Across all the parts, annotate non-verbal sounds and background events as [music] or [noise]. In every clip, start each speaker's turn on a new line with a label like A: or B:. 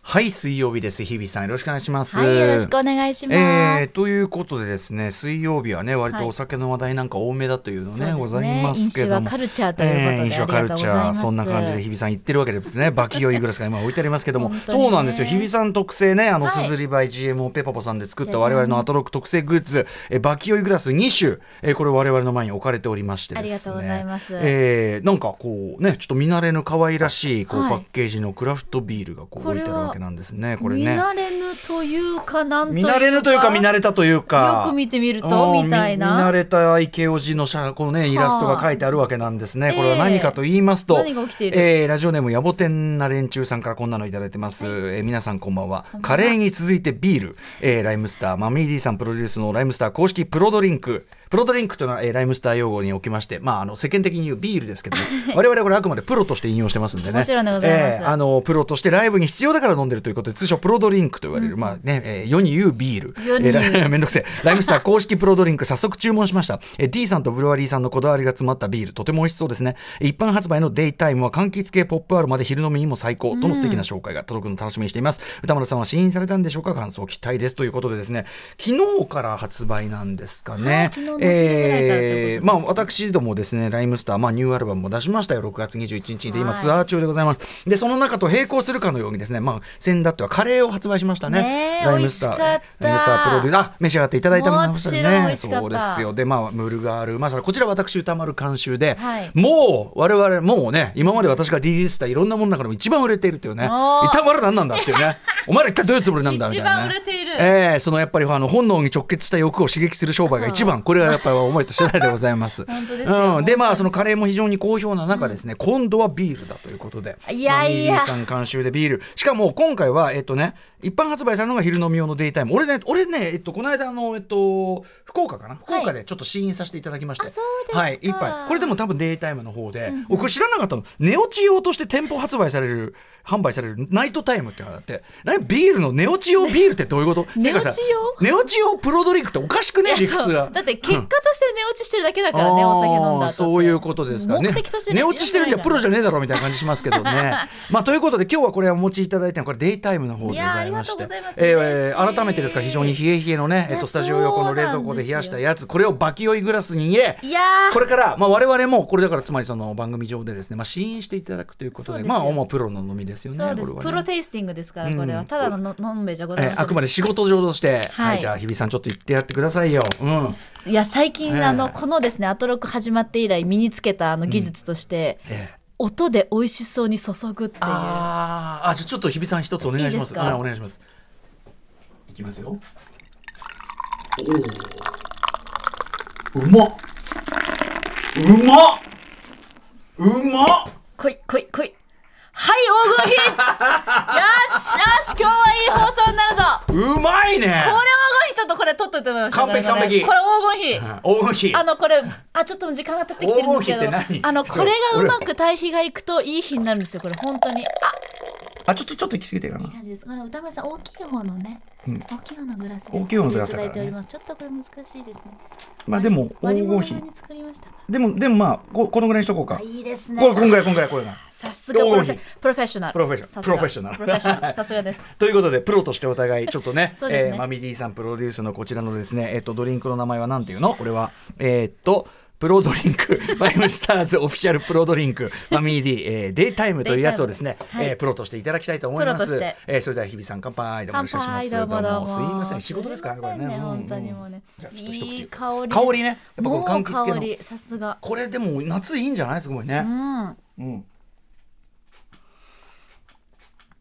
A: はい、水曜日です。日比さん、よろしくお願いします。
B: はい、よろしくお願いします。
A: えーということでですね、水曜日はね、割
B: は
A: と
B: い
A: お酒の話題なんか多めだというのね、
B: そうですね
A: ございますけども。
B: 飲酒はカルチャーということで
A: 飲酒はカル
B: あり
A: チ
B: がとうござ
A: ャ
B: い
A: ー、
B: ます
A: そんな感じで日比さん言ってるわけですね。バキ酔いグラスが今置いてありますけども、
B: 本当にね
A: そうなんですよ。日比さん特製ね、あの、
B: はい
A: すずりバイ GMO ペパポさんで作っ
B: じ
A: た
B: ゃじ
A: 我
B: ゃん
A: 々のアトロック特製グッズ、えバキ酔いグラス2種、えこれ我々の前に置かれておりましてですね。
B: ありがとうございます
A: えーなんかこうね、ちょっと見慣れぬ可愛らしい、こう、
B: はい
A: パッケージのクラフトビールがこう
B: こ
A: 置い
B: れは
A: てあるわけなんですね。これ
B: 見
A: ね。
B: 慣れぬというか、なんという
A: 見
B: か。
A: 慣れぬというか見慣れたというか
B: よく見てみる
A: う
B: と、
A: ん
B: みたいな。
A: 見慣れた IKOG の写このねイラストが書いてあるわけなんですね、
B: あ
A: これは何かと言いますと、
B: ええ何が起きている
A: えーラジオネーム野暮天な連中さんからこんなのいただいてます、えー皆さんこんばんはカレーに続いてビール、えーライムスターマミーディさんプロデュースのライムスター公式プロドリンクプロドリンクというのは、えーライムスター用語におきまして、まあ、あの世間的に言うビールですけど
B: [laughs]
A: も我々これあくまでプロとして引用してますんでね
B: もちろんでございます
A: えーあのプロとしてライブに必要だから飲んでるということで通称プロドリンクと言われる、まあねえー世に言うビール
B: 世に言う
A: えーライ [laughs] めんどくせえ。ライムスタ
B: [laughs]
A: ー公式プロドリンク、早速注文しました。えー D さんとブルワリーさんのこだわりが詰まったビール、とても美味しそうですね。一般発売のデイタイムは柑橘系ポップアロマで昼飲みにも最高。との素敵な紹介が届くのを楽しみにしています。歌丸さんは試飲されたんでしょうか感想を期待です。ということでですね、昨日から発売なんですか
B: は
A: ね
B: い昨日の。昼ぐらいからということです
A: えーまあ私どもですね、ライムスター、まあニューアルバムも出しましたよ。6月21日で、今
B: はい
A: ツアー中でございます。で、その中と並行するかのようにですね、まあ先だってはカレーを発売しましたね
B: ね。え
A: ライムスター、
B: 美味しか
A: ラ
B: った
A: イムスタープロデュースあ召し上がっていただいたもの
B: もちろん美味しかった
A: そうですよでまあムルガールまさ、こちら私歌丸監修で、
B: はい
A: もう我々もうね今まで私がリリースしたいろんなものの中でも一番売れているというね
B: おー
A: 歌丸なんなんだっていうねお前ら一体どういうつもりなんだみたいな、ね、
B: 一番売れている
A: ええそのやっぱりあの本能に直結した欲を刺激する商売が一番これはやっぱり思いとしてないでございます
B: [laughs] 本当ですよ
A: うん、でまあそのカレーも非常に好評な中ですね、今度はビールだということで
B: いやいや
A: マミーさん監修でビールしかも今回はえっとね一般発売されるのが昼飲み用のデイタイム俺ね俺ね、えっと、この間あの、えっと、福岡かな福岡でちょっと試飲させていただきまして、
B: あそうですか
A: はい一杯これでも多分デイタイムの方で、僕知らなかったの寝落ち用として店舗発売される販売されるナイトタイムってのがあってライビールの寝落ち用ビールってどういうこと
B: 寝落
A: て
B: ち用
A: かさ寝落ち用プロドリンクっておかしくね
B: いや
A: 理屈
B: そう
A: が
B: だって結果として寝落ちしてるだけだからね、お酒飲んだ後
A: あ
B: っ
A: ー
B: て
A: そういうことですかね
B: 目的として
A: 寝落ちしてるってプロ
B: じ
A: じゃねえだろみたいな感じしますけど
B: [laughs]
A: ねまあということで今日はこれはお持ちいただいたのはこれデイタイムの方でございまして
B: いやーありがとうございます
A: えー
B: 嬉しい
A: 改めてですから非常に冷え冷えのね、えっ
B: い
A: と、
B: や
A: スタジオ横の冷蔵庫で冷やしたやつこれをバキ酔いグラスに入れ
B: いやー
A: これから、まあ、我々もこれだからつまりその番組上でですね、まあ、試飲していただくということ
B: そう
A: で
B: です
A: まあ
B: よ
A: もうプロの飲みですよね
B: そうです、
A: これはね
B: プロテイスティングですから、これ
A: う
B: は。
A: ん
B: ただののんべえじゃござい
A: え
B: ま
A: ー
B: せん。
A: あくまで仕事上として、はい
B: はい
A: じゃあ日比さんちょっと言ってやってくださいよ。うん
B: いや、最近、
A: ええ
B: あの、このですね、アトロック始まって以来身につけたあの技術として、
A: えー
B: 音で美味しそうに注ぐっていう。
A: あーあじゃあちょっと日比さん一つお願いします
B: いいですか
A: はいお願いしますいきますよおおうまっうまっうまっ
B: 来い来い来いはい
A: [laughs]
B: 黄金比よしよし今日はいい放送になるぞこ
A: うまいね
B: れ黄金比ちょっとこれ取っといてもらいましょう
A: 完璧
B: これ
A: 完璧
B: これ黄金比
A: 黄金比
B: あのこれあちょっと時間が経ってきてるんですけ
A: 黄金比って
B: ど
A: 何
B: あのこれ
A: そ
B: が
A: う
B: うまく対比がいくといい日になるんですよこれ本当にあ
A: あちょっとちょっと行き過ぎてるかない
B: い感じですこれ歌丸さん大きい方のね、大きい方のグラスで
A: 大きい方のグラスだ
B: い
A: か
B: た
A: らね
B: だいております、ちょっとこれ難しいですね
A: まあでも
B: 割
A: 黄
B: り物
A: 金
B: 用
A: 比
B: に作りましたか
A: でもでもまあここのぐらいにしとこうから
B: いいですね
A: これこんぐらいこんぐらいこれが
B: さすがプロフ
A: 黄金
B: ェ
A: 比
B: プロフェッショナル
A: プロフェッショナル
B: さすが
A: プロフェッショナル
B: プロフェッショナルさすがです
A: ということでプロとしてお互いちょっと
B: [laughs]
A: ね
B: そうですね
A: えーマミディさんプロデュースのこちらのですねえっ、とドリンクの名前はなんていうのこれはえーっとプロドリンク [laughs] ライムスターズオフィシャルプロドリンクマミーディ、えーデイタイムというやつをですね
B: デイ、タイム
A: えープロとしていただきたいと思います。
B: プロとして
A: えーそれでは日比さん乾杯でお願いしま
B: 乾杯
A: す。
B: どうもどうも
A: すいません仕事ですからねこれね。うん
B: 本当にもうね
A: じゃあちょっと一口
B: いい香り
A: 香りねやっぱこの
B: もう
A: 柑橘系の
B: 香りさすが
A: これでも夏いいんじゃないすごいね
B: う。
A: う
B: ん
A: ん。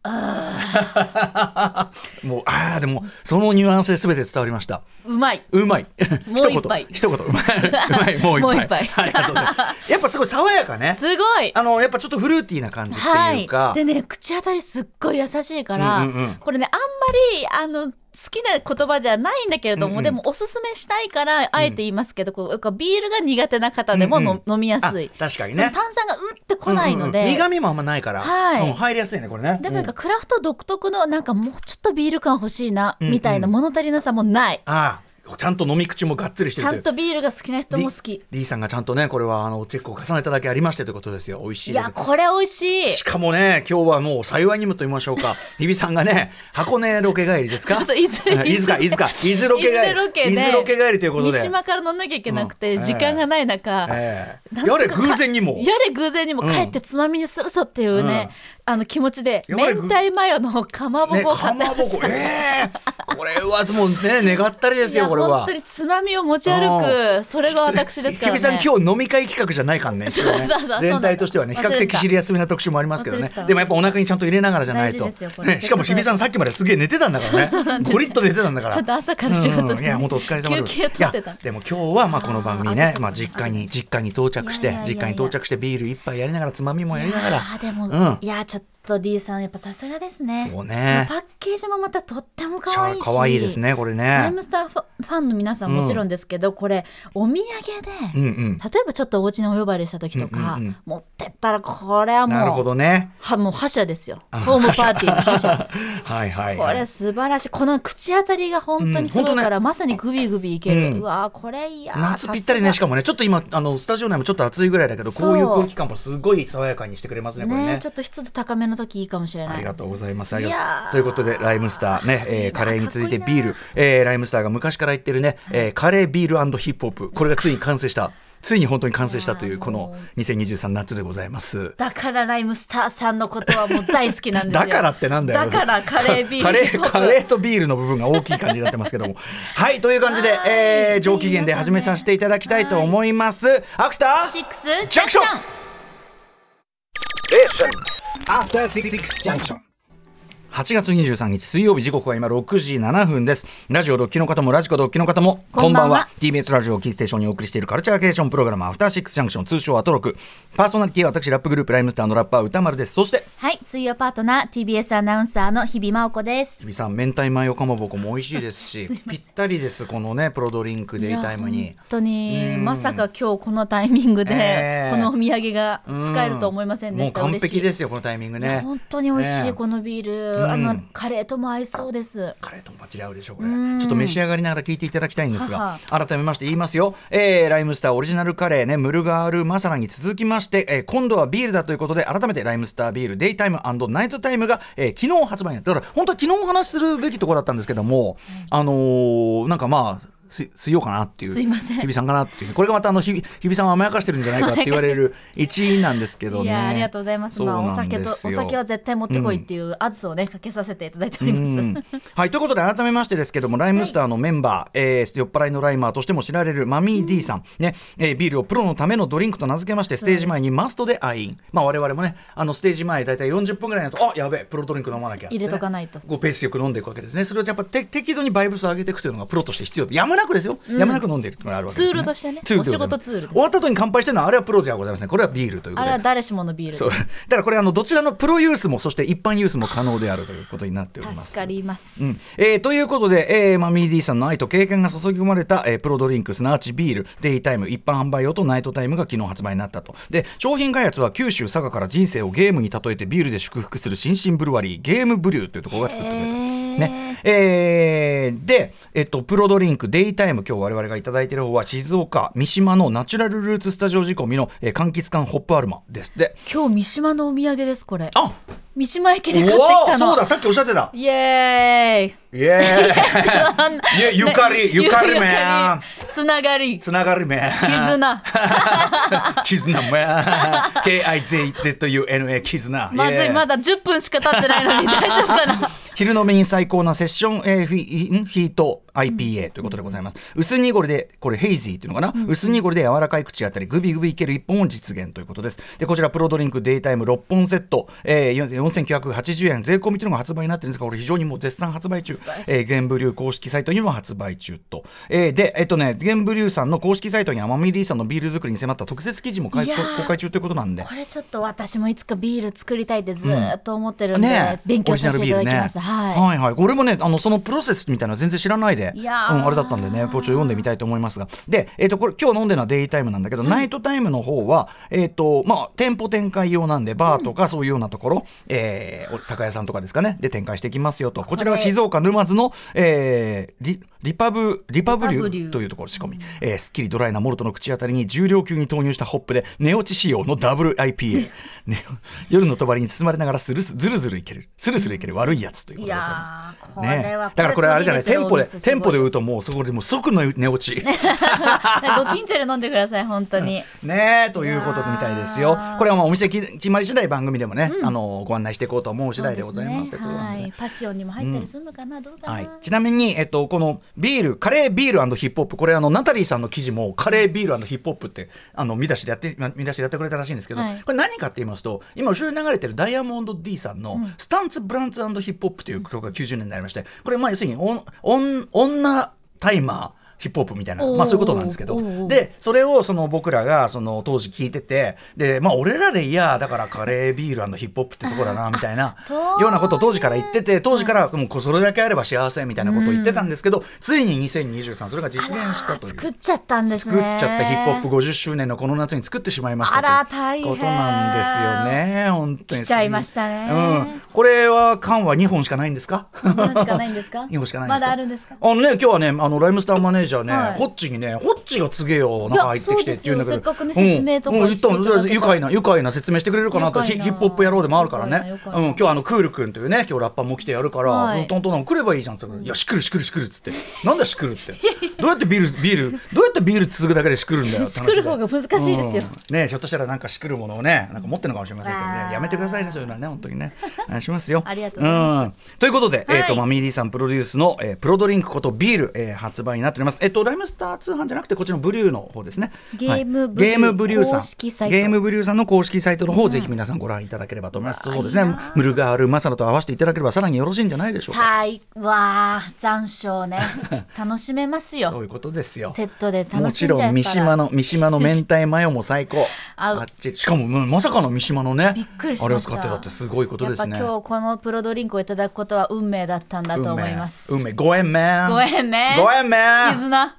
A: [laughs] もうああでもそのニュアンスで全て伝わりました。
B: うまいう
A: まい。
B: もう一
A: 言
B: 杯
A: 一言う
B: [laughs]
A: まい。うまいもう一杯。
B: もう一杯
A: [laughs] ありがとうございます。やっぱすごい爽やかね。
B: すごい
A: あのやっぱちょっとフルーティーな感じっていうか。
B: でね口当たりすっごい優しいから、
A: うんうんうん
B: これねあんまりあの好きな言葉じゃないんだけれども、
A: うんうん
B: でもおすすめしたいからあえて言いますけど、こうなんかビールが苦手な方でもの、
A: うん
B: 飲みや
A: あ
B: すい
A: 確かに
B: その
A: ね。
B: 炭酸がうってこないので、
A: うんうんうん苦味もあんまないから。
B: はい
A: うん入りやすいねこれね。
B: でもなん
A: う
B: か
A: ん
B: クラフト独特のなんかもうちょっとビール感欲しいな、
A: うん
B: みたいな物足りなさもない、
A: ああちゃんと飲み口もがっつりして
B: ち
A: る
B: ゃ
A: というん
B: とビールが好きな人も好き
A: D さんがちゃんとねこれはあのチェックを重ねただけありましてということですよ美味し
B: い
A: いです
B: やこれ美味しい
A: しかもね今日はもう幸いにもと言いましょうか
B: [laughs]
A: 日比さんがね箱根ロケ帰りですか
B: そうそう伊豆
A: うん伊豆か伊豆か伊豆ロケ帰り
B: 伊豆ロケで
A: 伊豆ロケ帰りということで
B: 三島から乗んなきゃいけなくて、
A: うん
B: 時間がない中、
A: ええ
B: なんと
A: や
B: か
A: れ偶然にも
B: やれ偶然にも
A: うん
B: 帰ってつまみにするぞっていうね、あの気持ちで
A: やれ
B: 明
A: ぐ
B: 太マヨのかまぼ
A: ね
B: こを
A: か
B: 買って
A: ま
B: ま
A: ぼ
B: し
A: こ
B: た、
A: ええこれはもうね願ったりで
B: い
A: すよ
B: や
A: これは
B: 本当につまみを持ち歩くそれが私ですからね
A: 日比さん今日飲み会企画じゃないからね
B: そうそうそ
A: 今日ね
B: うそうなんだ
A: 全体としてはね比
B: 忘れてた
A: 較的尻休みな特集もありますけど
B: 忘
A: ね
B: れてた
A: でもやっぱお腹にちゃんと入れながらじゃないと
B: 大事ですよこれ
A: ねしかも日比さんさっきまですげえ寝てたんだからねゴリッと寝てたんだから
B: ちょっと朝から仕事で
A: うんいや本当お疲れ様です
B: 休憩取ってた
A: いやでも今日はまあこの番組
B: あーあ
A: ね
B: とちょっと
A: まあ実家に実家に到着し
B: いや
A: て
B: いやいやいや
A: 実家に到着してビール一杯やりながらつまみもやりながら
B: あーでも、
A: うん
B: いやちょっと D さんやっぱさすがですね
A: そうね
B: パッケージもまたとっても
A: か
B: 可愛いし
A: わいいですねこれ
B: ライ
A: ね
B: ムスターファンの皆さんもちろんですけど、これお土産で、
A: うんう
B: 例
A: ん
B: えばちょっとお家にお呼ばれした時とか、
A: うんうんうん
B: 持ってったらこれはもう
A: なるほどね
B: はもう覇者ですよホームパーティーの覇者
A: [laughs] はいはい
B: こ
A: はい
B: れ素晴らしいこの口当たりが本当にすごいから、まさにグビグビいける、うわーこれいいや
A: 夏ぴったりねしかもねちょっと今あのスタジオ内もちょっと暑いぐらいだけど
B: そう
A: こういう空気感もすごい爽やかにしてくれますね
B: も
A: これ
B: ね
A: ね
B: ちょっと湿度高めの時いいかもしれない
A: ありがとうございます。
B: いやー
A: ということで、ライムスターね、
B: いい
A: えー
B: な
A: カレーに続いて
B: かっこいい
A: ビ
B: な
A: ール、えーライムスターが昔から言ってるね、えーカレー、ビールヒップホップ、これがついに完成
B: [laughs]
A: した、ついに本当に完成したとい、
B: いうやー
A: この2023夏でございます。
B: だからライムスターさんのことはもう大好きなんですよ
A: [laughs] だからってなんだよ。
B: だからカレービール
A: カレ
B: ヒップホ
A: ー、
B: ップ
A: [laughs] カレーとビールの部分が大きい感じになってますけども。はい、という感じで、えー上機嫌で始めさせていただきたいと思います。アクタ
B: シ
A: ー
B: ックス
A: ジャンクション
C: After Six Junction.
A: 8月23日水曜日時刻は今6時7分ですラジオドッキの方もラジコドッキの方も
B: こんばんは
A: TBS ラジオをキーステーションにお送りしているカルチャーケーションプログラムアフターシックスジャンクション通称アトロクパーソナリティは私ラップグループライムスターのラッパー歌丸ですそして
B: はい水曜パートナー TBS アナウンサーの日比真央子です
A: 日比さん明太マヨかまぼこも美味しいです
B: [laughs]
A: しぴったりですこのねプロドリンクデイタイム
B: いや
A: に
B: 本当にまさか今日このタイミングで、
A: ねえ
B: このお土産が使えると思いませんでした、
A: もう完璧ですすよこのタイミング
B: ね
A: ね
B: 本当に美味しい、
A: ね
B: このビール、
A: ん
B: あのカレーとも合いそうです
A: カレーともバッチリ合うでしょこれちょっと召し上がりながら聞いていただきたいんですが
B: は
A: 改めまして言いますよ、えーライムスターオリジナルカレーねムルガールマサラに続きまして、えー今度はビールだということで改めてライムスタービールデイタイムナイトタイムが、えー昨日発売になっただから本当は昨日お話しするべきところだったんですけども、あのーなんかまあす水曜かなっていう
B: すいません
A: 日比さんかなっていうこれがまたあの日比日比さんを甘やかしてるんじゃないかって言われる一因なんですけどね
B: いやありがとうございます。まあお酒とお
A: そうなんです
B: 酒
A: よ
B: は絶対持ってこいっていう圧をねかけさせていただいております。
A: うん [laughs] はい、ということで改めましてですけども、ライムスターのメンバー、えー酔っ払いのライマーとしても知られるマミー D さん、ねえービールをプロのためのドリンクと名付けまして、ステージ前にマストで愛飲。まあ、我々もね、あのステージ前、大体40分ぐらいになると、あやべえ、プロドリンク飲まなきゃ、
B: 入れとかないと
A: こうペースよく飲んでいくわけですね。それをやっぱて適度にバイブスを上げていくというのがプロとして必要で、やむなくですよ、やむなく飲んでいるっていうのがあるわけです、ね、
B: ツールとして
A: で
B: ね
A: ございます
B: お仕事ツールです
A: 終わった後に乾杯してるのは、あれはプロじゃございません。これはビールというこ
B: [laughs] あ
A: と
B: れ
A: で
B: は。誰しものビールです
A: そうだからこれあのどちらのプロユースもそして一般ユースも可能であるということになっております。
B: 助かります。
A: うん [laughs] えーということで、えー、マミー D さんの愛と経験が注ぎ込まれた、えープロドリンクすなわちビールデイタイム一般販売用とナイトタイムが昨日発売になったとで商品開発は九州佐賀から人生をゲームに例えてビールで祝福する新進ブルワリーゲームブリューというところが作ってくれた。ねえーで、えっと、プロドリンクデイタイム今日我々がいただいている方は静岡三島のナチュラルルーツスタジオ仕込みの、えー柑橘缶ホップアルマですって
B: 今日三島のお土産ですこれ。
A: あ
B: 三島駅
A: お
B: で買ってきた
A: ーそ
B: の
A: うだ。さっきおっしゃってた
B: イエ
A: イエーイ
B: [laughs] ー
A: [laughs] ゆ
B: イ。
A: ゆかり
B: ね
A: ゆかりめ。
B: つながり。
A: つながるめ。 [laughs]
B: 絆。
A: 絆 [laughs] め。KIZUNA 絆。
B: まずい
A: Yeah
B: まだ10分しか経ってないの
A: [laughs]
B: に大丈夫かな。
A: 昼飲みに最高なセッション、えーフィんヒート IPA ということでございます。薄濁りで、これヘイジーっていうのかな、薄濁りで柔らかい口当たり、グビグビいける一本を実現ということです。で、こちらプロドリンクデイタイム6本セット、えー、4980円税込みというのが発売になってるんですが、これ非常にもう絶賛発売中。えー、ゲンブリュー公式サイトにも発売中と。えーで、えっとね、ゲンブリューさんの公式サイトに甘みリーさんのビール作りに迫った特設記事も開
B: いやー
A: 公開中ということなんで。
B: これちょっと私もいつかビール作りたいってずーっと思ってるんで、
A: ね、
B: 勉強させていただき
A: オリジ
B: ます。
A: ナルビール
B: はい。
A: ねはいはい、これもねあのそのプロセスみたいなの全然知らないで、で、う
B: い
A: ん、
B: やー
A: あれだったんでね、ポーチを読んでみたいと思いますが、で、えっ、と、これ、今日飲んでるのはデイタイムなんだけど、ナイトタイムの方は、えっ、と、まあ、店舗展開用なんで、バーとかそういうようなところ、えーお酒屋さんとかですかね、で展開していきますよと、こちらは静岡沼津の、えーリリパブ、リパブリ
B: リパブ
A: ュ
B: リュ
A: ーというところ仕込み、えーすっきりドライなモルトの口当たりに重量級に投入したホップで、寝落ち仕様のダブル
B: [laughs]
A: IPA。ね、夜のとばりに包まれながらスルス、ずるずるいける、スルスルいける悪いやつということでございます。
B: いやーこれは
A: ね、だからこれあれじゃない
B: これ
A: 店舗で
B: 取り入れてる
A: 店舗で売うともうそこでもう即の寝落ち
B: ご近所で飲んでください、本
A: [laughs]
B: 当に。
A: ねえということみたいです
B: い
A: よ
B: やー
A: これはまあお店き決まり次第番組でもね、あのご案内していこうと思う次第でございます
B: そう
A: ということなんです
B: ねは
A: ね
B: い、パッションにも入ったりするのかな、どうかな。
A: はい、ちなみに、えっと、このビールカレービールヒップホップこれあのナタリーさんの記事もカレービールヒップホップってあの見出しでやってま見出しでやってくれたらしいんですけど、
B: はい
A: これ何かって言いますと今後ろに流れてるダイヤモンド D さんの「スタンツ・ブランツヒップホップ」という曲が90年になりましてこれまあ要するにおんおん女タイマーヒップホップみたいな、まあ、そういうことなんですけ
B: おー
A: どでそれをその僕らがその当時聞いててで、まあ、俺らでいやだからカレービールヒップホップってとこだなみたいな
B: そう
A: ようなことを当時から言ってて当時からもうそれだけあれば幸せみたいなことを言ってたんですけど、ついに2023それが実現したという。
B: 作っちゃったんですね。
A: 作っちゃったヒップホップ50周年のこの夏に作ってしまいました
B: あら
A: という
B: 大変
A: ことなんですよね本当に
B: 来ちゃいましたね
A: うん、これは缶は2本しかないんですか
B: 日本しかないんです
A: [laughs]
B: か
A: 日本しかない
B: まだあるんですか
A: あのね今日はねあのライムスターマネージャーね、
B: はい
A: ホッチにねホッチが告げよなんか入ってきてって言うんだけど
B: そうですよせっかくね説明とか
A: うんうん言ったの
B: していただけた
A: 愉快な愉快な説明してくれるかなと
B: 愉
A: ヒ
B: 快な
A: ヒップホップ野郎でもあるから
B: 愉快
A: ね
B: な愉快
A: う
B: なん
A: 今日あのクール君というね今日ラッパーも来てやるから、
B: はい
A: うんトントントン来ればいいじゃんって言ったからいやしくるしくるしくる」っつって「なんだしくる」ってどうやってビールビールどうやってビール続くだけでしくるんだよって話で
B: しくる方が難しいですよ
A: うんねひょっとしたらなんかしくるものをねなんか持ってるのかもしれませんけど
B: あ
A: ね
B: ー
A: やめてくださいねそういうのはね本当にねお願いしますよ
B: [laughs] ありがとうございます
A: うんということで、
B: はい
A: えっ、と、まあ、ミリーさんプロデュースの、えープロドリンクことビール、えー発売になっております。えっ、と、ライムスター通販じゃなくて、こっちのブリューの方ですね。
B: ゲーム
A: はい
B: ブリュ
A: ゲ
B: ー
A: ームブリューさん。
B: 公式サイト
A: ゲームブリューさんの公式サイトの方、ぜひ皆さんご覧いただければと思います。そうです
B: いい
A: ね
B: な。
A: ムルガール、マサラと合わせていただければ、さらによろしいんじゃないでしょうか。
B: さあ、わあ、残暑ね。楽しめます
A: そう
B: よ。
A: いうことですよ。
B: セットで
A: も
B: 楽し
A: ち
B: んじゃえ
A: ろ
B: たら
A: ん三島の三島の明太マヨも最高
B: [laughs] 合
A: あ
B: う
A: っちしかも、うんまさかの三島のね
B: びっくりしました
A: あれを使ってたってすごいことですね
B: やっぱ今日このプロドリンクをいただくことは運命だったんだと思います。
A: 運命運命ご縁めん
B: ご縁めん
A: ご縁めん [laughs]
B: 絆。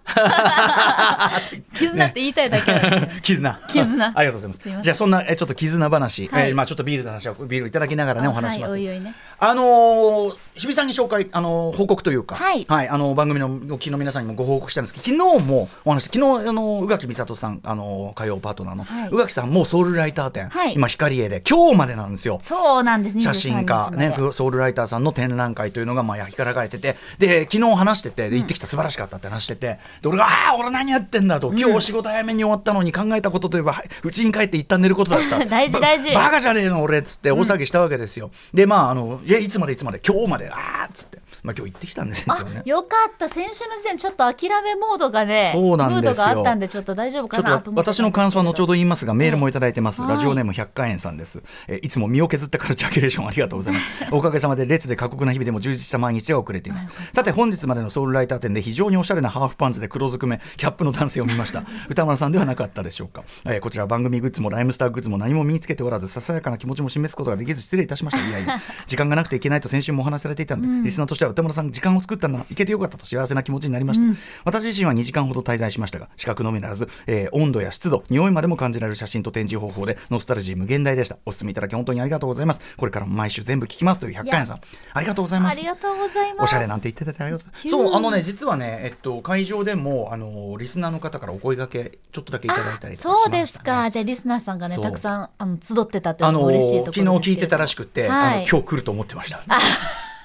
B: 絆って言いたいだけなんです
A: [laughs]
B: よ。
A: 絆。
B: 絆
A: ありがとうございます。
B: すいません
A: じゃあそんなえちょっと絆話、
B: はい
A: えーまあちょっとビールの話をビールいただきながらね
B: あ
A: お話します。
B: はいおいおいね
A: あのー、日比さんに紹介あのー報告というか、
B: はい
A: あのー番組のお聞きの皆さんにもご報告したんですけど、昨日もお話し昨日あのー宇垣美里さんあのー火曜パートナーの、
B: はい
A: 宇垣さんもソウルライター展、
B: はい
A: 今光栄で今日までなんですよ。
B: そうなんです。
A: 写真家、ね、
B: 23日まで
A: ソウルライターさんの展覧会というのがまあ光らかれててで昨日話しててで行ってきた素晴らしかったって話しててで俺が「ああ俺何やってんだ」と「今日お仕事早めに終わったのに考えたことといえば [laughs] はいうちに帰って一旦寝ることだった」
B: [laughs] 大事
A: ば
B: 大事
A: バカじゃねえの俺」っつって大騒ぎしたわけですよ、でまああの「いやいつまでいつまで今日までああ」っつって、まあ、今日行ってきたんですよね。
B: よかった先週の時点でちょっと諦めモードがね
A: そうなんですよ
B: ムードがあったんでちょっと大丈夫
A: ちょっ
B: か
A: とわ
B: なと思ってたん
A: 私
B: ですけど
A: の感想は後ほど言いますが、メールもいただいてます。
B: はい
A: ラジオネーム百花園さんです。えーいつも身を削ったカルチャーキュレーションありがとうございます。おかげさまで列で過酷な日々でも充実した毎日が遅れています。さて本日までのソウルライター展で非常におしゃれなハーフパンツで黒ずくめ、キャップの男性を見ま
B: [laughs]
A: した。歌丸さんではなかったでしょうか。えーこちら番組グッズもライムスターグッズも何も身につけておらず、ささやかな気持ちも示すことができず失礼いたしました。いやいや、時間がなくていけないと先週もお話しされていたので、リスナーとしては歌丸さん時間を作ったんだな、いけてよかったと幸せな気持ちになりました。私自身は2時間ほど滞在しましたが、視覚のみならず、えー温度や湿度、匂いまでも感じられる写真と展示方
B: [laughs]
A: 法で、ノスタルジー無限大でした。お勧めいただき本当にありがとうございます。これからも毎週全部聞きますという百貨園さん、ありがとうございま
B: あ
A: す
B: り。がとうございます
A: おしゃれなんて言ってたてありがとうございます。そう、あのね、実はね、えっと、会場でも、あの、リスナーの方からお声掛け、ちょっとだけいただいたりとかしまし
B: そ
A: た、
B: う
A: ね。
B: ですかじゃあリスナーさんがね
A: そう
B: たくさんあの集ってたっていう
A: あ
B: の
A: の
B: も嬉しいところで
A: 昨
B: すけれども
A: 日聞いてたらしくて、
B: はい
A: あの今日来ると思ってま
B: [laughs]
A: した。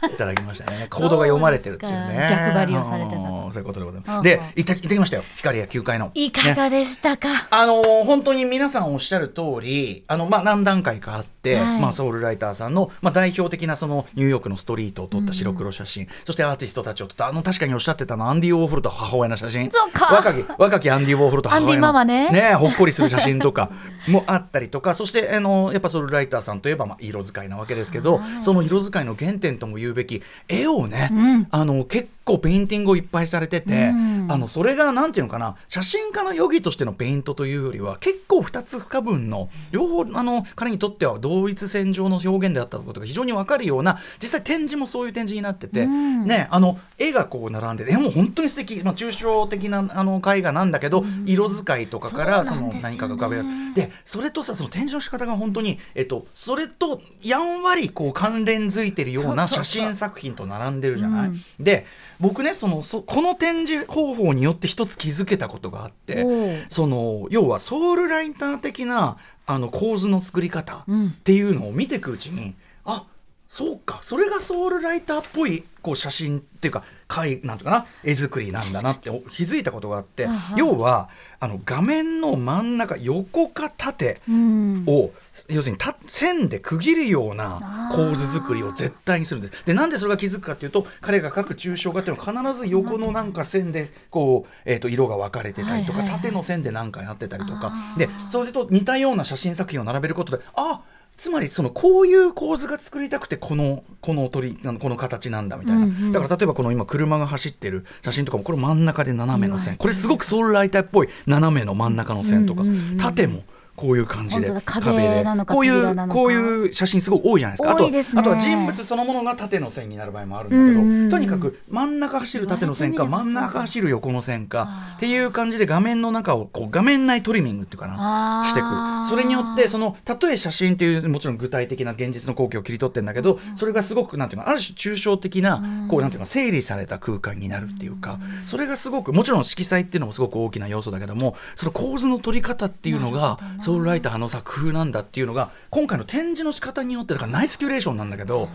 A: いただきましたね。コードが読まれてるっていう
B: そう
A: ね。
B: ですか逆張りをされてたと
A: あのそういうことでござい
B: うんう
A: ま
B: ん
A: す。で、行って行ってきましたよ。光や球界の。
B: いか
A: ね
B: がでしたか、
A: あのー本当に皆さんおっしゃる通り、あの、まあ、何段階かあって、
B: はい
A: まあ、ソウルライターさんの、まあ、代表的なそのニューヨークのストリートを撮った白黒写真、そしてアーティストたちを撮った、あの、確かにおっしゃってたの、アンディ・ウォーホルと母親の写真。
B: そうか
A: 若き、若きアンディ・ウォーホルと母親の。
B: アンディママね
A: ね、ほっこりする写真とかもあったりとか、そして、あのやっぱソウルライターさんといえば、まあ、色使いなわけですけど、その色使いの原点とも言うべき、絵をね、あの、結構ペインティングをいっぱいされてて、あのそれがなんていうのかな写真家の余儀としてのペイントというよりは結構2つ不可分の両方あの彼にとっては同一線上の表現であったことが非常に分かるような実際展示もそういう展示になってて、ね、あの絵がこう並んでて絵も本当に素敵、まあ、抽象的なあの絵画なんだけど、色使いとかからそ
B: そうなん
A: の
B: ですよ
A: 何
B: ね
A: かが浮かべられるでそれとさその展示の仕方が本当に、えっと、それとやんわりこう関連づいてるような
B: そうそ
A: 写
B: うそう
A: 真作品と並んでるじゃない。
B: うん
A: で僕ねそのそこの展示方法によって一つ気づけたことがあって
B: おう
A: その要はソウルライター的なあの構図の作り方
B: ん
A: っていうのを見ていくうちに、あそうかそれがソウルライターっぽいこう写真っていうか絵なんていうかな絵作りなんだなってお気づいたことがあって
B: は
A: 要はあの画面の真ん中横か縦
B: うん
A: を要するにた線で区切るような構図作りを絶対にするんです。でなんでそれが気づくかっていうと彼が描く抽象画っていうのは必ず横のなんか線でこう、えー、と色が分かれてたりとか、
B: はいはいはい
A: 縦の線でなんかになってたりとかでそれと似たような写真作品を並べることであつまりそのこういう構図が作りたくてこのこの鳥あのこの形なんだみたいな、だから例えばこの今車が走ってる写真とかもこれ真ん中で斜めの線これすごくソウルライターっぽい斜めの真ん中の線とか、縦もこういう感じ感じで
B: 本当だ壁なのか
A: こうい
B: 扉な
A: う
B: のか
A: こういう写真すごい多いじゃないですかあと
B: 多いですね
A: あとは人物そのものが縦の線になる場合もあるんだけど、
B: うんうん
A: とにかく真ん中走る縦の線か
B: 言われ
A: 真
B: てみ
A: ん
B: ればそう
A: 中走る横の線かっていう感じで画面の中をこう画面内トリミングっていうかな
B: あー
A: してくるそれによってそのたとえ写真っていうもちろん具体的な現実の光景を切り取ってんだけどそれがすごくなんていうのある種抽象的なこうなんていうの整理された空間になるっていうかそれがすごくもちろん色彩っていうのもすごく大きな要素だけどもその構図の取り方っていうのがソウルライターの作風なんだっていうのが今回の展示の仕方によってだからナイスキュレーションなんだけど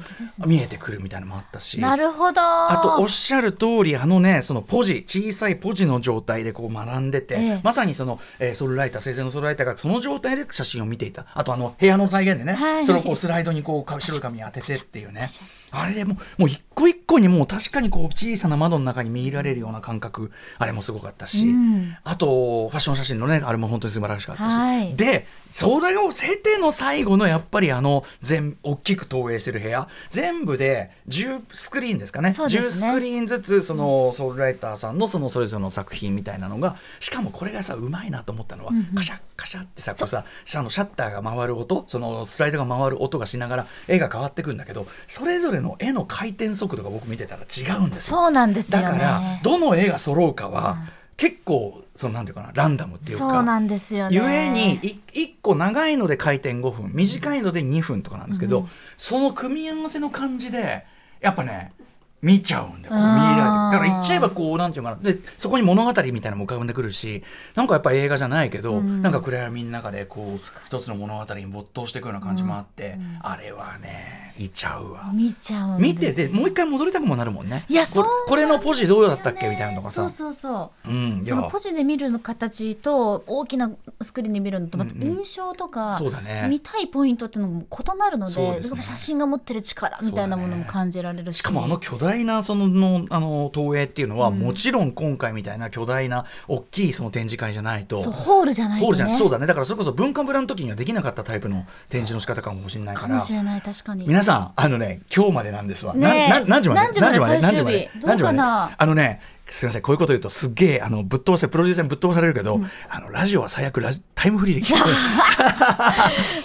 A: 見えてくるみたいなのもあったし。
B: なるほど
A: あとおっしゃる通りあのねそのポジ小さいポジの状態でこう学んでて、
B: ええ
A: まさにその、えーソルライター生成のソルライターがその状態で写真を見ていたあとあの部屋の再現でね、
B: はい
A: それをこうスライドにこうか白い紙に当ててっていうねあれでもうもう一個一個にもう確かにこう小さな窓の中に見入られるような感覚あれもすごかったし、
B: うん
A: あとファッション写真のねあれも本当に素晴らしかったし、
B: はい
A: でそれを経ての最後のやっぱりあの全大きく投影する部屋全部で10スクリーンですかね
B: そうです
A: 10
B: ね
A: スクリーンずつそのソウルライターさんのそのそれぞれの作品みたいなのがしかもこれがさうまいなと思ったのは、カシャッカシャッってさこうさあのシャッターが回る音そのスライドが回る音がしながら絵が変わってくんだけどそれぞれの絵の回転速度が僕見てたら違うんですよ。
B: そうなんですよ
A: だ
B: ね
A: からどの絵が揃うかは、結構そのなんていうかなランダムっていうか
B: そうなんですよね
A: ゆえに1個長いので回転5分短いので2分とかなんですけど、その組み合わせの感じでやっぱね見ちゃうんだよこう見入られて
B: あー
A: だから言っちゃえばこうなんていうのかなでそこに物語みたいなのも浮かんでくるしなんかやっぱ映画じゃないけど、なんか暗闇の中でこう一つの物語に没頭していくような感じもあって、あれはねいちゃうわ。
B: 見ちゃうんです
A: 見ててもう一回戻りたくもなるもんね。
B: いや
A: こ
B: そうなんですよね
A: これのポジどうだったっけみたいなのがさ。
B: そうそうそう
A: うん、い
B: そ
A: や
B: のポジで見るの形と大きなスクリーンで見るのとまた印象とか、
A: そうだね
B: 見たいポイントっていうのも異なるので
A: そうですね
B: だから写真が持ってる力みたいなものも感じられるし、
A: しかもあの巨大なそののあの投影っていうのは、もちろん今回みたいな巨大な大きいその展示会じゃないと。
B: そうホールじゃない
A: ホー
B: と
A: ルじゃん
B: ね
A: そうだねだからそれこそ文化ブラの時にはできなかったタイプの展示の仕方かもしれないか
B: からもしれない確かに
A: 皆さんあのね今日までなんですわ、
B: ねえ
A: なな何時まで
B: 何時まで
A: 何時まで
B: 最終日
A: 何時まで
B: どうかな
A: あのねすみませんこういうこと言うとすっげえあのぶっ飛ばせプロデューサーにぶっ飛ばされるけど、あのラジオは最悪ラジタイムフリーで聞く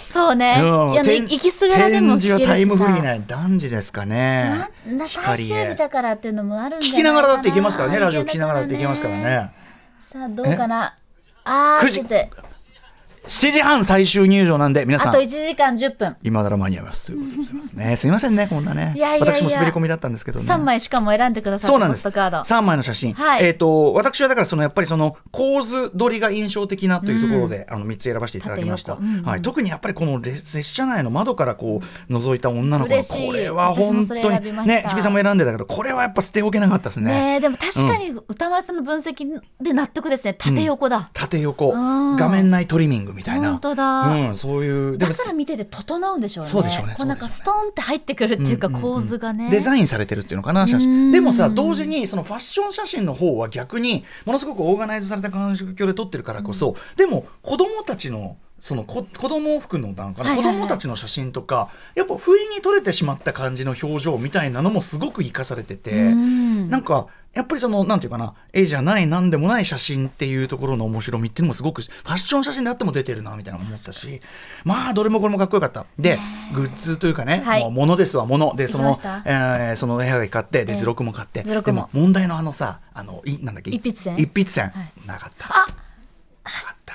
B: そうね、
A: うん
B: いやね
A: てん
B: 行きすがらでも
A: 展示
B: 聞
A: は
B: ける
A: タイ
B: し
A: ムフリー
B: さ
A: ない男児ですかね
B: じゃあ最終日だからっていうのもあるんじゃ
A: 聞
B: ない
A: きな
B: かな
A: がらだっていけますからねラジオ聞きながらだっていけますからね
B: さあどうかなあー
A: 9
B: ち
A: 時
B: ょっと
A: 7時半最終入場なんで皆さ
B: あ
A: ん
B: と1時間10分
A: 今なら間に合いますということでございますね [laughs] すいませんねこんなね
B: いやいやいや
A: 私も滑り込みだったんですけどね
B: 3枚しかも選んでくださった
A: そうなんで
B: ポス
A: す
B: トカード
A: 3枚の写真、
B: はい
A: えっと私はだからそのやっぱりその構図取りが印象的なというところで、あの3つ選ばせていただきました、
B: 縦横うんうん
A: はい、特にやっぱりこの列車内の窓からこう覗いた女の子の
B: 嬉しい
A: これは本当
B: 私もそれ選びま
A: に
B: した
A: ね日比さんも選んでたけどこれはやっぱ捨ておけなかったですね
B: ねえでも確かに歌丸さんの分析で納得ですね縦横だ、
A: 縦横
B: うん
A: 画面内トリミングみたいな
B: 本当だ
A: うん、そういうでも
B: だから見てて整うんでしょうね
A: そうでしょうね
B: こうなん
A: そ
B: か
A: う
B: ス
A: で
B: トンって入ってくるっていうか
A: うんうんうん
B: 構図がね、
A: デザインされてるっていうのかな写
B: うん
A: 真でもさ同時にそのファッション写真の方は逆にものすごくオーガナイズされた環境で撮ってるからこそ、でも子供たちのそのこ子供服のなんかな、
B: はいはいはい
A: 子供たちの写真とかやっぱ不意に撮れてしまった感じの表情みたいなのもすごく生かされてて、
B: うん
A: なんかやっぱりそのなんていうかな絵じゃない何でもない写真っていうところの面白みっていうのもすごくファッション写真であっても出てるなみたいなの思ったしまあどれもこれもかっこよかったでグッズというかね、
B: はい
A: もう物ですわ物でその
B: 行きまし
A: えーその絵はがき買ってで図録も買って、
B: 図録
A: で
B: も
A: も問題のあのさあのいなんだっけ
B: 一筆箋
A: 一筆箋、
B: い
A: なかったなかった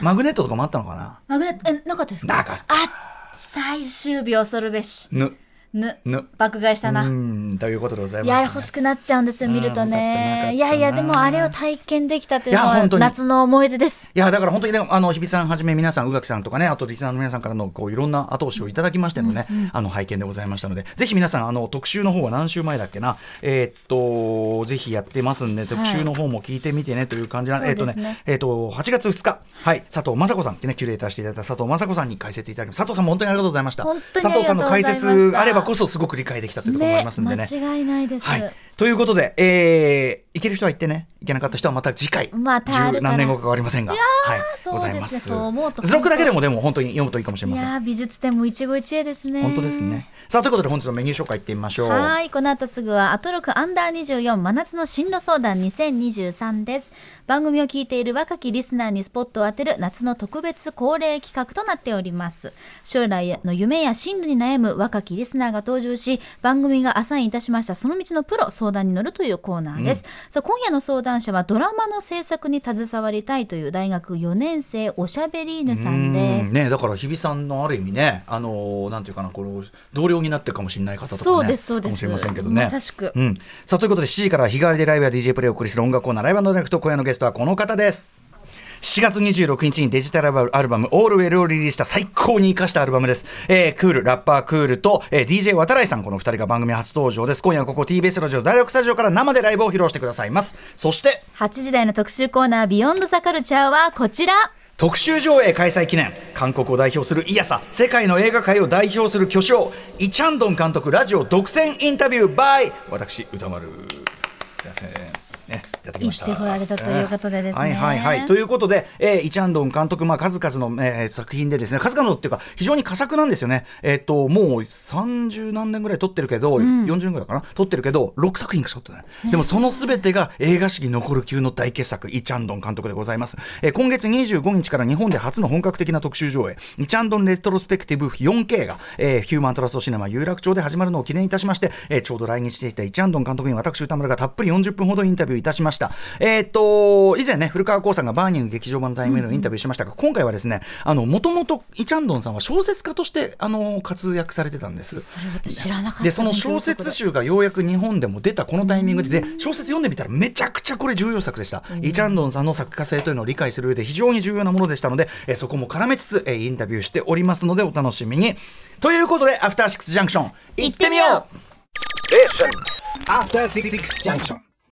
A: マグネットとかもあったのかな
B: マグネット、え、なかったですか
A: なかった
B: あ最終日恐るべし。
A: ぬ
B: ぬ、
A: ぬ
B: 爆買いした
A: う
B: な。
A: んということでござい
B: い
A: ま
B: や、
A: す
B: 欲しくなっちゃうんですよ、見ると
A: あーよかったな
B: ね。いやいや、でもあれを体験できたというの
A: いや
B: は
A: 本当、に
B: 夏の思い出です。
A: いやだから本当にねあの日比さんはじめ皆さん宇垣さんとかねあとリスナーの皆さんからのこういろんな後押しをいただきましてのね、あの拝見でございましたのでぜひ皆さんあの特集の方は何週前だっけなえーっとぜひやってますんで特集の方も聞いてみてねという感じなんで、えーっと
B: そうです
A: ね
B: ね
A: えーっと8月2日はい佐藤雅子さんってねキュレーターしていただいた佐藤雅子さんに解説いただきます佐藤さんも本当にありがとうございました
B: 本当に
A: 佐
B: あり
A: 藤
B: が
A: さの
B: とうんございま
A: 解
B: した
A: 説があればこそすごく理解できたというところもありますんでね
B: 間違いないです。
A: はい、ということで、えー、行ける人は行ってね、行けなかった人はまた次回、
B: またある
A: 十
B: から
A: 何年後か変わりませんが、
B: いやー
A: はい、
B: そう
A: ご
B: です
A: ざ
B: ね
A: います。
B: そう思うと
A: 図録だけでもでも本当に読むといいかもしれ
B: い
A: ません。
B: やー美術展も一期一会ですね。
A: 本当ですね。。さあということで本日のメニュー紹介いってみましょう。
B: はーい、この後すぐはアトロクアンダー24真夏の進路相談2023です。番組を聞いている若きリスナーにスポットを当てる夏の特別恒例企画となっております。将来の夢や進路に悩む若きリスナーが登場し、番組がアサインいたしましたその道のプロ相談に乗るというコーナーです。さあ今夜の相談者はドラマの制作に携わりたいという大学4年生おしゃべりーぬさんで
A: う
B: す
A: ん。ね、だから日比さんのある意味ね、あのーなんていうかな、この同僚になってるかもしれない方とかね、
B: そうですそうです
A: かもしれませんけどね。
B: まさしく
A: うん。さあということで7時から日替わりでライブや DJ プレイをお送りする音楽コーナーライブのダイレクト今夜のゲストはこの方です。7月26日にデジタルアルバム「オールウェルをリリースした最高に生かしたアルバムです、えークールラッパークールと、えー DJ 渡来さんこの2人が番組初登場です今夜はここ TBS ラジオ第6スタジオから生でライブを披露してくださいますそして
B: 8時台の特集コーナー「ビヨンドザカルチャーはこちら。
A: 特集上映開催記念韓国を代表するイヤサ世界の映画界を代表する巨匠イ・チャンドン監督ラジオ独占インタビュー by 私歌丸すいませんね、やってきました
B: 行ってこられたということでですね
A: はいはいはい。ということで、えーイチャンドン監督、まあ、数々の、えー作品でですね、数々のっていうか、非常に佳作なんですよね。えっ、と、もう30何年ぐらい撮ってるけど、40年ぐらいかな、撮ってるけど、6作品しか撮ってない。でも、その全てが映画史に残る級の大傑作、イチャンドン監督でございます。えー今月25日から日本で初の本格的な特集上映、イチャンドンレトロスペクティブ 4K が、えーヒューマントラストシネマ有楽町で始まるのを記念いたしまして、えーちょうど来日していたイチャンドン監督に私、歌丸がたっぷり40分ほどインタビューいたしました。えーっと、以前ね、古川光さんがバーニング劇場版のタイムのインタビューしましたが、今回はですね、あの、もともとイチャンドンさんは小説家として、あの、活躍されてたんです。
B: それ私知らなかった。
A: でその小説集がようやく日本でも出たこのタイミングでで小説読んでみたらめちゃくちゃこれ重要作でした、イ・チャンドンさんの作家性というのを理解する上で非常に重要なものでしたので、えーそこも絡めつつ、えーインタビューしておりますのでお楽しみにということで「アフターシックスジャンクション」行ってみよう
C: After Six Junction.